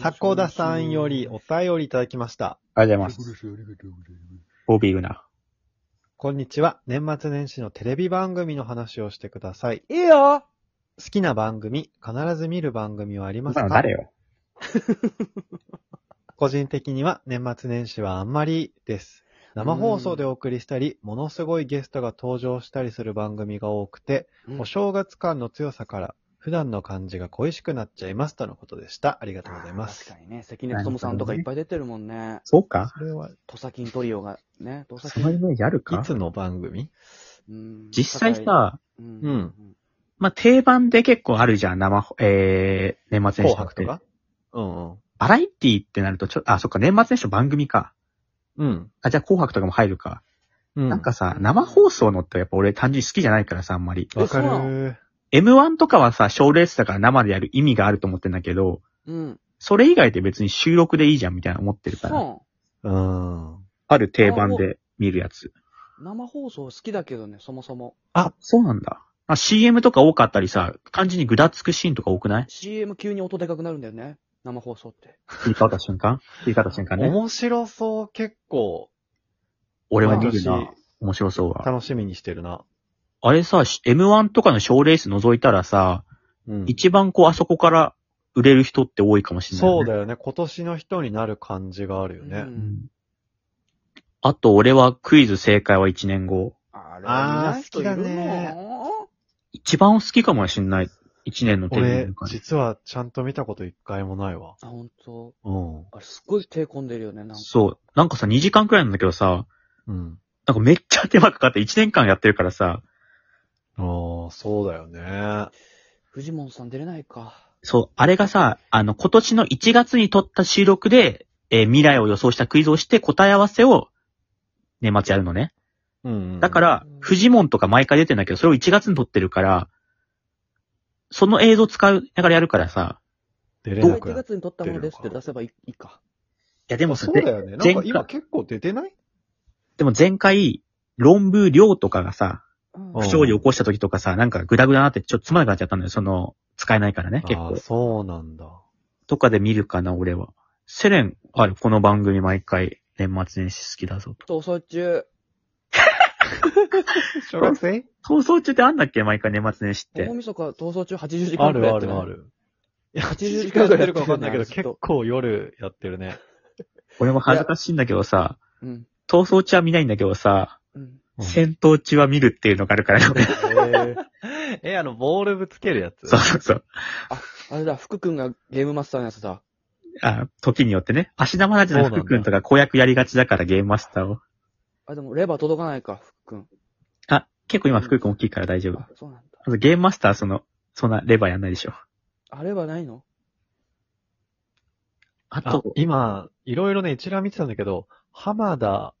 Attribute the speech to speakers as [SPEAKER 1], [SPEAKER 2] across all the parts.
[SPEAKER 1] 迫田さんよりお便りいただきました。
[SPEAKER 2] ありがとうございます。ボビーグナ。
[SPEAKER 1] こんにちは。年末年始のテレビ番組の話をしてください。
[SPEAKER 3] いいよ
[SPEAKER 1] 好きな番組、必ず見る番組はあります
[SPEAKER 2] 今の
[SPEAKER 1] か
[SPEAKER 2] 誰よ
[SPEAKER 1] 個人的には年末年始はあんまりです。生放送でお送りしたり、ものすごいゲストが登場したりする番組が多くて、お正月感の強さから、普段の感じが恋しくなっちゃいますとのことでした。ありがとうございます
[SPEAKER 3] 確。かにね、関根勤さんとかいっぱい出てるもんね。
[SPEAKER 2] そうか
[SPEAKER 1] それは、
[SPEAKER 3] 土佐金トリオがね、土佐
[SPEAKER 2] そのイ
[SPEAKER 3] 金。
[SPEAKER 2] メージある
[SPEAKER 1] い
[SPEAKER 2] か
[SPEAKER 1] つの番組
[SPEAKER 3] うん
[SPEAKER 2] 実際、さ、
[SPEAKER 3] うん
[SPEAKER 1] う
[SPEAKER 2] まあ、定番で結構あるじゃん、生ほ、えー、年末
[SPEAKER 1] 紅
[SPEAKER 2] 年始っ
[SPEAKER 1] 白
[SPEAKER 2] て。
[SPEAKER 1] とかうんうん。
[SPEAKER 2] バラエティってなるとちょ、あ、そっか、年末年始の番組か。
[SPEAKER 1] うん。
[SPEAKER 2] あ、じゃあ紅白とかも入るか。
[SPEAKER 1] うん。
[SPEAKER 2] なんかさ、生放送のってやっぱ俺単純に好きじゃないからさ、あんまり。
[SPEAKER 1] わかる
[SPEAKER 3] そうな
[SPEAKER 1] ー。
[SPEAKER 2] M1 とかはさ、賞レースだから生でやる意味があると思ってんだけど、
[SPEAKER 3] うん。
[SPEAKER 2] それ以外で別に収録でいいじゃんみたいな思ってるから。
[SPEAKER 3] そう
[SPEAKER 1] ーん。
[SPEAKER 2] ある定番で見るやつ。
[SPEAKER 3] う。生放送好きだけどね、そもそも。
[SPEAKER 2] あ、そうなんだ。あ CM とか多かったりさ、単純にぐだつくシーンとか多くない
[SPEAKER 3] CM 急に音でかくなるんだよね。生放送って。
[SPEAKER 2] 切り替わった瞬間切り替わった瞬間ね。
[SPEAKER 1] 面白そう、結構、
[SPEAKER 2] 俺も見る
[SPEAKER 1] 毎
[SPEAKER 2] な
[SPEAKER 1] 年。
[SPEAKER 2] 面白そうは。
[SPEAKER 1] 楽しみにしてるな。
[SPEAKER 2] あれさ、M1 とかの賞レース覗いたらさ、
[SPEAKER 1] うん。
[SPEAKER 2] 一番こうあそこから売れる人って多いかもしれない、ね。
[SPEAKER 1] そうだよね。今年の人になる感じがあるよ
[SPEAKER 3] う
[SPEAKER 1] ね。
[SPEAKER 3] ん。
[SPEAKER 2] あと、俺はクイズ正解は1年後。
[SPEAKER 3] あれは見ない人いる
[SPEAKER 1] あー好きだ
[SPEAKER 3] の
[SPEAKER 2] 一番好きかもしんない。1年のテレビ
[SPEAKER 1] 俺
[SPEAKER 2] の、中で。
[SPEAKER 1] 実はちゃんと見たこと一回もないわ。
[SPEAKER 3] あ、ほんと。
[SPEAKER 1] うん。
[SPEAKER 3] あれ、すごい手込んでるよね、なんか。
[SPEAKER 2] そう。なんかさ、2時間くらいなんだけどさ、
[SPEAKER 1] うん。
[SPEAKER 2] なんかめっちゃ手間かかって1年間やってるからさ、
[SPEAKER 1] ああ、そうだよね。
[SPEAKER 3] 藤本さん出れないか。
[SPEAKER 2] そう、あれがさ、あの、今年の1月に撮った収録で、えー未来を予想したクイズをして答え合わせを年末やるのね。
[SPEAKER 1] うんうん。
[SPEAKER 2] だから
[SPEAKER 3] うん、
[SPEAKER 2] フジモンとか毎回出てんだけど、それを1月に撮ってるから、その映像使いながらやるからさ。
[SPEAKER 1] 出れ
[SPEAKER 3] 1
[SPEAKER 1] なくなっ
[SPEAKER 3] 月に撮ったものですって出せばいいいいか。
[SPEAKER 2] いや、でも
[SPEAKER 1] そう
[SPEAKER 2] で
[SPEAKER 1] だよね。なん
[SPEAKER 2] 前
[SPEAKER 1] か
[SPEAKER 2] 回
[SPEAKER 1] 今結構出てない
[SPEAKER 2] でも前回、論文量とかがさ、
[SPEAKER 3] うん
[SPEAKER 1] う
[SPEAKER 2] 不
[SPEAKER 1] ん
[SPEAKER 2] 祥事起こした時とかさ、なんかグダグダなってちょっとつまらなくなっちゃったんだよ。その、使えないからね、結
[SPEAKER 1] ああ
[SPEAKER 2] 構
[SPEAKER 1] ー、。そうなんだ。
[SPEAKER 2] とかで見るかな、俺は。セレン、ある、この番組毎回、年末年始好きだぞと。
[SPEAKER 3] 逃走中。
[SPEAKER 1] 小学生
[SPEAKER 2] 放送中ってあんだっけ毎回年末年始って
[SPEAKER 3] 大。晦日逃走中80時
[SPEAKER 1] あ
[SPEAKER 3] 間くら
[SPEAKER 1] る
[SPEAKER 3] いや
[SPEAKER 1] あ
[SPEAKER 3] って
[SPEAKER 1] る
[SPEAKER 3] ない
[SPEAKER 1] あ。る。いや、
[SPEAKER 3] 80
[SPEAKER 1] 80
[SPEAKER 3] 時
[SPEAKER 1] 時
[SPEAKER 3] 間
[SPEAKER 1] 間や
[SPEAKER 3] やってる
[SPEAKER 1] ってるかわかんないけど、
[SPEAKER 3] ずっと
[SPEAKER 1] 結構夜やってるね。
[SPEAKER 2] 俺も恥ずかしいんだけどさ、
[SPEAKER 3] うん。
[SPEAKER 2] 逃走中は見ないんだけどさ、
[SPEAKER 3] うん。
[SPEAKER 1] うん
[SPEAKER 2] 戦闘中は見るっていうのがあるから、ね、
[SPEAKER 1] えーえ、あの、ボールぶつけるやつ
[SPEAKER 2] そうそうそう。
[SPEAKER 3] あれだ、福くんがゲームマスターのやつだ。
[SPEAKER 2] あ、時によってね。足玉ラジオの
[SPEAKER 1] そうなん
[SPEAKER 2] 福
[SPEAKER 1] だ
[SPEAKER 2] 君とか公約やりがちだからゲームマスターを。
[SPEAKER 3] あ、でもレバー届かないか、福くん。
[SPEAKER 2] あ、結構今福君大きいから大丈夫。
[SPEAKER 3] あ、そうなんだ。
[SPEAKER 2] あとゲームマスターその、そんなレバーやんないでしょ。
[SPEAKER 3] あ、レバーないの
[SPEAKER 2] あ
[SPEAKER 1] あ
[SPEAKER 2] と、、
[SPEAKER 1] 今、いろいろね、一覧見てたんだけど、浜田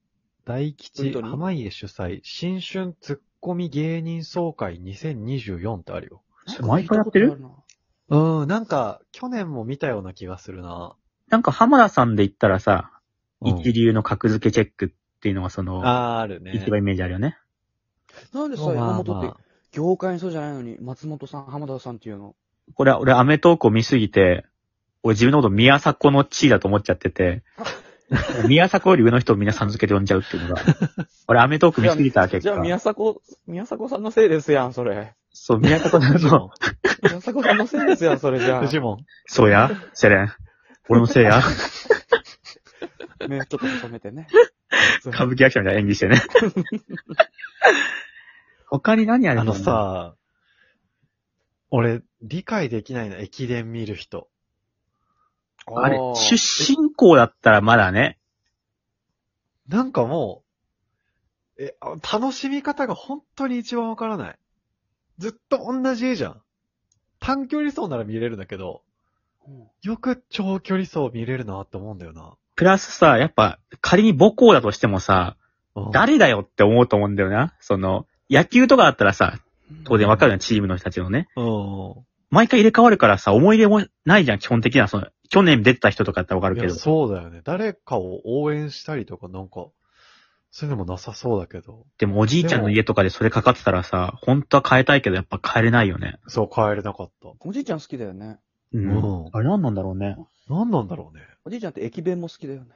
[SPEAKER 1] 大吉
[SPEAKER 3] 本当に
[SPEAKER 1] 濱家主催、新春ツッコミ芸人総会2024ってあるよ。
[SPEAKER 2] それ毎回やって
[SPEAKER 3] なん
[SPEAKER 2] る
[SPEAKER 3] か聞いたこと
[SPEAKER 1] うん、なんか、去年も見たような気がするな。
[SPEAKER 2] なんか浜田さんで言ったらさ、
[SPEAKER 1] うん
[SPEAKER 2] 一流の格付けチェックっていうのがその、
[SPEAKER 1] あーあるね。
[SPEAKER 2] 一番イメージあるよね。
[SPEAKER 3] あるななんでさ、
[SPEAKER 1] まあまあ
[SPEAKER 3] 山本って、業界の人じゃないのに、松本さん、浜田さんっていうの。
[SPEAKER 2] これは俺アメトークを見すぎて、俺自分のこと宮迫の地位だと思っちゃって て、宮迫より上の人を皆さん付けて呼んじゃうっていうの が、俺アメトーク見すぎた結
[SPEAKER 3] じゃあ、
[SPEAKER 2] 果、
[SPEAKER 3] 宮迫、宮迫さんのせいですやん、それ。
[SPEAKER 2] そう、宮迫の
[SPEAKER 1] フジ
[SPEAKER 2] そ
[SPEAKER 1] モ
[SPEAKER 2] う
[SPEAKER 1] ン。
[SPEAKER 3] 宮迫さんのせいですやん、それ じゃ
[SPEAKER 1] フジモン。
[SPEAKER 2] そう や、セレン。俺のせいや、
[SPEAKER 3] あ。ね、ちょっと止めて ね。
[SPEAKER 2] 歌舞伎役者みたいな演技し てね。他に何ある
[SPEAKER 1] あの、さ、俺、理解できないな、駅伝見る人。
[SPEAKER 3] ー
[SPEAKER 2] あれ、出身校だったらまだね、
[SPEAKER 1] なんかもう、え、あ楽しみ方が本当に一番わからない。ずっと同じ絵じゃん。短距離走なら見れるんだけど、
[SPEAKER 3] うん
[SPEAKER 1] よく長距離走見れるなって思うんだよな。
[SPEAKER 2] プラスさ、やっぱ、仮に母校だとしてもさ、
[SPEAKER 1] うん
[SPEAKER 2] 誰だよって思うと思うんだよな。その、野球とかだったらさ、当然わかるよ、チームの人たちのね。
[SPEAKER 1] う
[SPEAKER 2] 毎回入れ替わるからさ、思い入れもないじゃん、基本的には。その、去年出てた人とかだったらわか
[SPEAKER 1] ん。
[SPEAKER 2] る
[SPEAKER 1] い
[SPEAKER 2] け
[SPEAKER 1] や、
[SPEAKER 2] ど。
[SPEAKER 1] そうだよね。誰かを応援したりとかなんか、そういうのもなさそうだけど。
[SPEAKER 2] でもおじいちゃんの家とかでそれかかってたらさ、本当は変えたいけどやっぱ変えれないよね。
[SPEAKER 1] そう、帰れなかった。
[SPEAKER 3] おじいちゃん好きだよね。
[SPEAKER 2] う
[SPEAKER 1] うん
[SPEAKER 2] あれ何なんだろうね。
[SPEAKER 1] 何なんだろうね。
[SPEAKER 3] おじいちゃんって駅弁も好きだよね。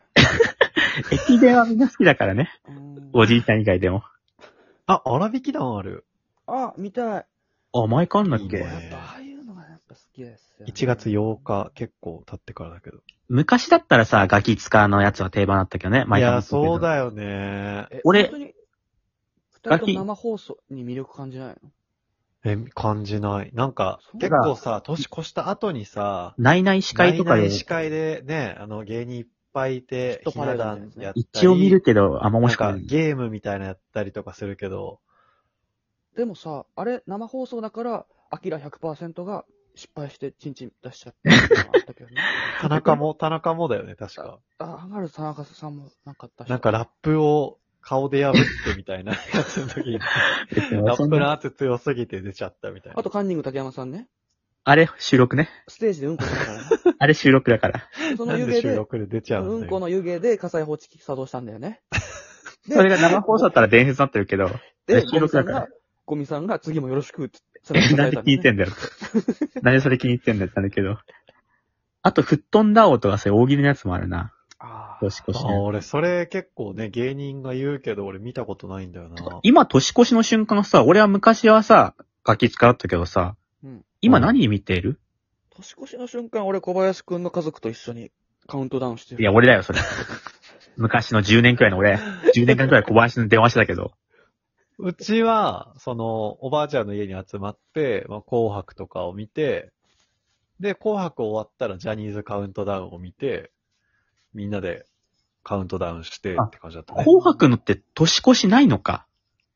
[SPEAKER 2] 駅弁はみんな好きだからね。
[SPEAKER 3] うん
[SPEAKER 2] おじいちゃん以外でも。
[SPEAKER 1] あ、粗引き団ある。
[SPEAKER 3] あ、見たい。
[SPEAKER 2] あ、前かんなっ
[SPEAKER 1] いい
[SPEAKER 2] け
[SPEAKER 1] ね
[SPEAKER 3] やっぱああいうのがやっぱ好きですよ、ね。
[SPEAKER 1] 1月8日、結構経ってからだけど。
[SPEAKER 2] 昔だったらさ、ガキ使のやつは定番だったけどね。
[SPEAKER 1] い
[SPEAKER 2] 毎回
[SPEAKER 1] や、
[SPEAKER 2] 見てるけど
[SPEAKER 1] そうだよね。
[SPEAKER 3] え
[SPEAKER 2] 俺
[SPEAKER 3] 本当に、二人
[SPEAKER 2] ガ
[SPEAKER 3] と
[SPEAKER 2] キ
[SPEAKER 3] も生放送に魅力感じないの
[SPEAKER 1] え、感じない。なんか
[SPEAKER 3] そ、う
[SPEAKER 1] 結構さ、年越した後にさ、
[SPEAKER 2] ないない司会とか
[SPEAKER 1] 内
[SPEAKER 2] で
[SPEAKER 1] 々、司会でね、あの、芸人いっぱいいて、
[SPEAKER 3] ヒット
[SPEAKER 1] ひ
[SPEAKER 3] パレ
[SPEAKER 1] な
[SPEAKER 3] ードみたい
[SPEAKER 1] 壇
[SPEAKER 3] なやつね
[SPEAKER 1] やったり。
[SPEAKER 2] 一応見るけど、あんま面
[SPEAKER 1] なん
[SPEAKER 2] 白くな
[SPEAKER 1] か、
[SPEAKER 2] い。
[SPEAKER 1] ゲームみたいなやったりとかするけど、
[SPEAKER 3] でもさ、あれ、生放送だから、アキラ100%が失敗してチンチン出しちゃったっていうのがあったけどね。
[SPEAKER 1] 田中も、田中もだよね、確か。
[SPEAKER 3] あ、ハガル田中さんもなんか出した。
[SPEAKER 1] なんかラップを顔で破ってみたいなやつの時に、
[SPEAKER 2] 別に
[SPEAKER 1] ラ
[SPEAKER 2] そ
[SPEAKER 1] ッ
[SPEAKER 2] ん
[SPEAKER 1] プ
[SPEAKER 2] な
[SPEAKER 1] の圧強すぎて出ちゃったみたいな。
[SPEAKER 3] あとカンニング竹山さんね。
[SPEAKER 2] あれ、収録 ね。
[SPEAKER 3] ステージでうんこしたから
[SPEAKER 2] あれ収録だから。
[SPEAKER 3] ね。そ
[SPEAKER 1] な
[SPEAKER 3] の湯
[SPEAKER 1] んで
[SPEAKER 3] 気で
[SPEAKER 1] 収録で出ちゃう
[SPEAKER 3] うん
[SPEAKER 1] だ
[SPEAKER 3] んこ
[SPEAKER 1] よ。
[SPEAKER 3] の湯気で火災報知器作動したんだよね。で
[SPEAKER 2] それが生放送だったら伝説になってるけど、
[SPEAKER 3] で、
[SPEAKER 2] 収
[SPEAKER 3] ゴミ
[SPEAKER 2] 録
[SPEAKER 3] さ
[SPEAKER 2] だ
[SPEAKER 3] ん
[SPEAKER 2] から
[SPEAKER 3] が、ゴミさんが次もよろしくって背中叩
[SPEAKER 2] なんで
[SPEAKER 3] た
[SPEAKER 2] 気に入って
[SPEAKER 3] ん
[SPEAKER 2] んだよ。なんでそれ気に入ってんだよってなるけど。あと、吹っ飛んだ音とかそういう大喜利のやつもあるな。
[SPEAKER 3] ああ。
[SPEAKER 2] 年越し
[SPEAKER 1] あ
[SPEAKER 2] の。
[SPEAKER 1] 俺、それ結構ね、芸人が言うけど、俺見たことないんだよな。
[SPEAKER 2] 今、年越しの瞬間さ、俺は昔はさ、ガキ使ったけどさ、
[SPEAKER 3] うん
[SPEAKER 2] 今何見ている、
[SPEAKER 3] 年越しの瞬間、俺小林くんの家族と一緒にカウントダウンしてる。
[SPEAKER 2] いや、俺だよ、そ れ。昔の10年くらいの俺、10年間くらい小林に電話してたけど、
[SPEAKER 1] うちは、その、おばあちゃんの家に集まって、まあ、紅白とかを見て、で、紅白終わったらジャニーズカウントダウンを見て、みんなでカウントダウンしてって感じだったね。
[SPEAKER 2] 紅白のって年越しないのか。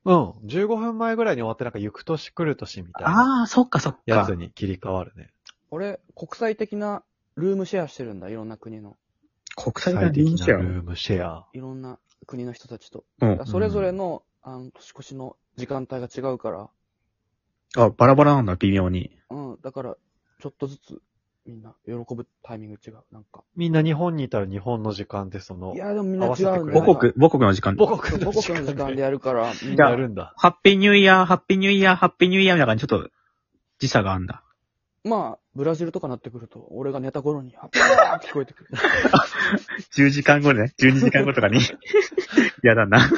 [SPEAKER 1] うん。15分前ぐらいに終わって、なんか、行く年来る年みたいな
[SPEAKER 2] ああ、そっかそっ
[SPEAKER 1] や
[SPEAKER 2] か
[SPEAKER 1] つ。に切り替わるね。
[SPEAKER 3] 俺、国際的なルームシェアしてるんだ。いろんな国の。
[SPEAKER 2] 国
[SPEAKER 1] 最
[SPEAKER 2] 際的な
[SPEAKER 1] 適
[SPEAKER 2] 臨
[SPEAKER 1] な
[SPEAKER 2] 時や
[SPEAKER 1] ルームシェア。
[SPEAKER 3] いろんな国の人たちと。
[SPEAKER 2] うん
[SPEAKER 3] それぞれの、あの、年越しの時間帯が違うから、
[SPEAKER 2] あ、バラバラなんだ、微妙に。
[SPEAKER 3] うん、だから、ちょっとずつ、みんな、喜ぶタイミング違う、なんか。
[SPEAKER 1] みんな日本にいたら日本の時間で、その
[SPEAKER 3] い、や、でもみんな
[SPEAKER 1] 合
[SPEAKER 3] 違
[SPEAKER 1] わせ
[SPEAKER 3] う
[SPEAKER 1] て
[SPEAKER 3] ん
[SPEAKER 1] く
[SPEAKER 3] だ
[SPEAKER 1] れ
[SPEAKER 3] よ。
[SPEAKER 1] ない
[SPEAKER 2] 母国、母国の時間。
[SPEAKER 1] 母
[SPEAKER 3] そう
[SPEAKER 1] 国の
[SPEAKER 3] 母
[SPEAKER 1] 時
[SPEAKER 3] 国の時間
[SPEAKER 1] 間
[SPEAKER 3] で
[SPEAKER 1] で
[SPEAKER 3] やるから、みん
[SPEAKER 1] や
[SPEAKER 3] な、
[SPEAKER 1] るんだ。
[SPEAKER 2] ハッピーニューイヤー、ハッピーニューイヤー、ハッピーニューイヤーみたいな感じ、ちょっと時差があんだ。
[SPEAKER 3] まあ、ブラジルとかなってくると、俺が寝た頃に、あーって聞こえてくる。
[SPEAKER 2] 10時間後ね、12時間後とかに。やだな。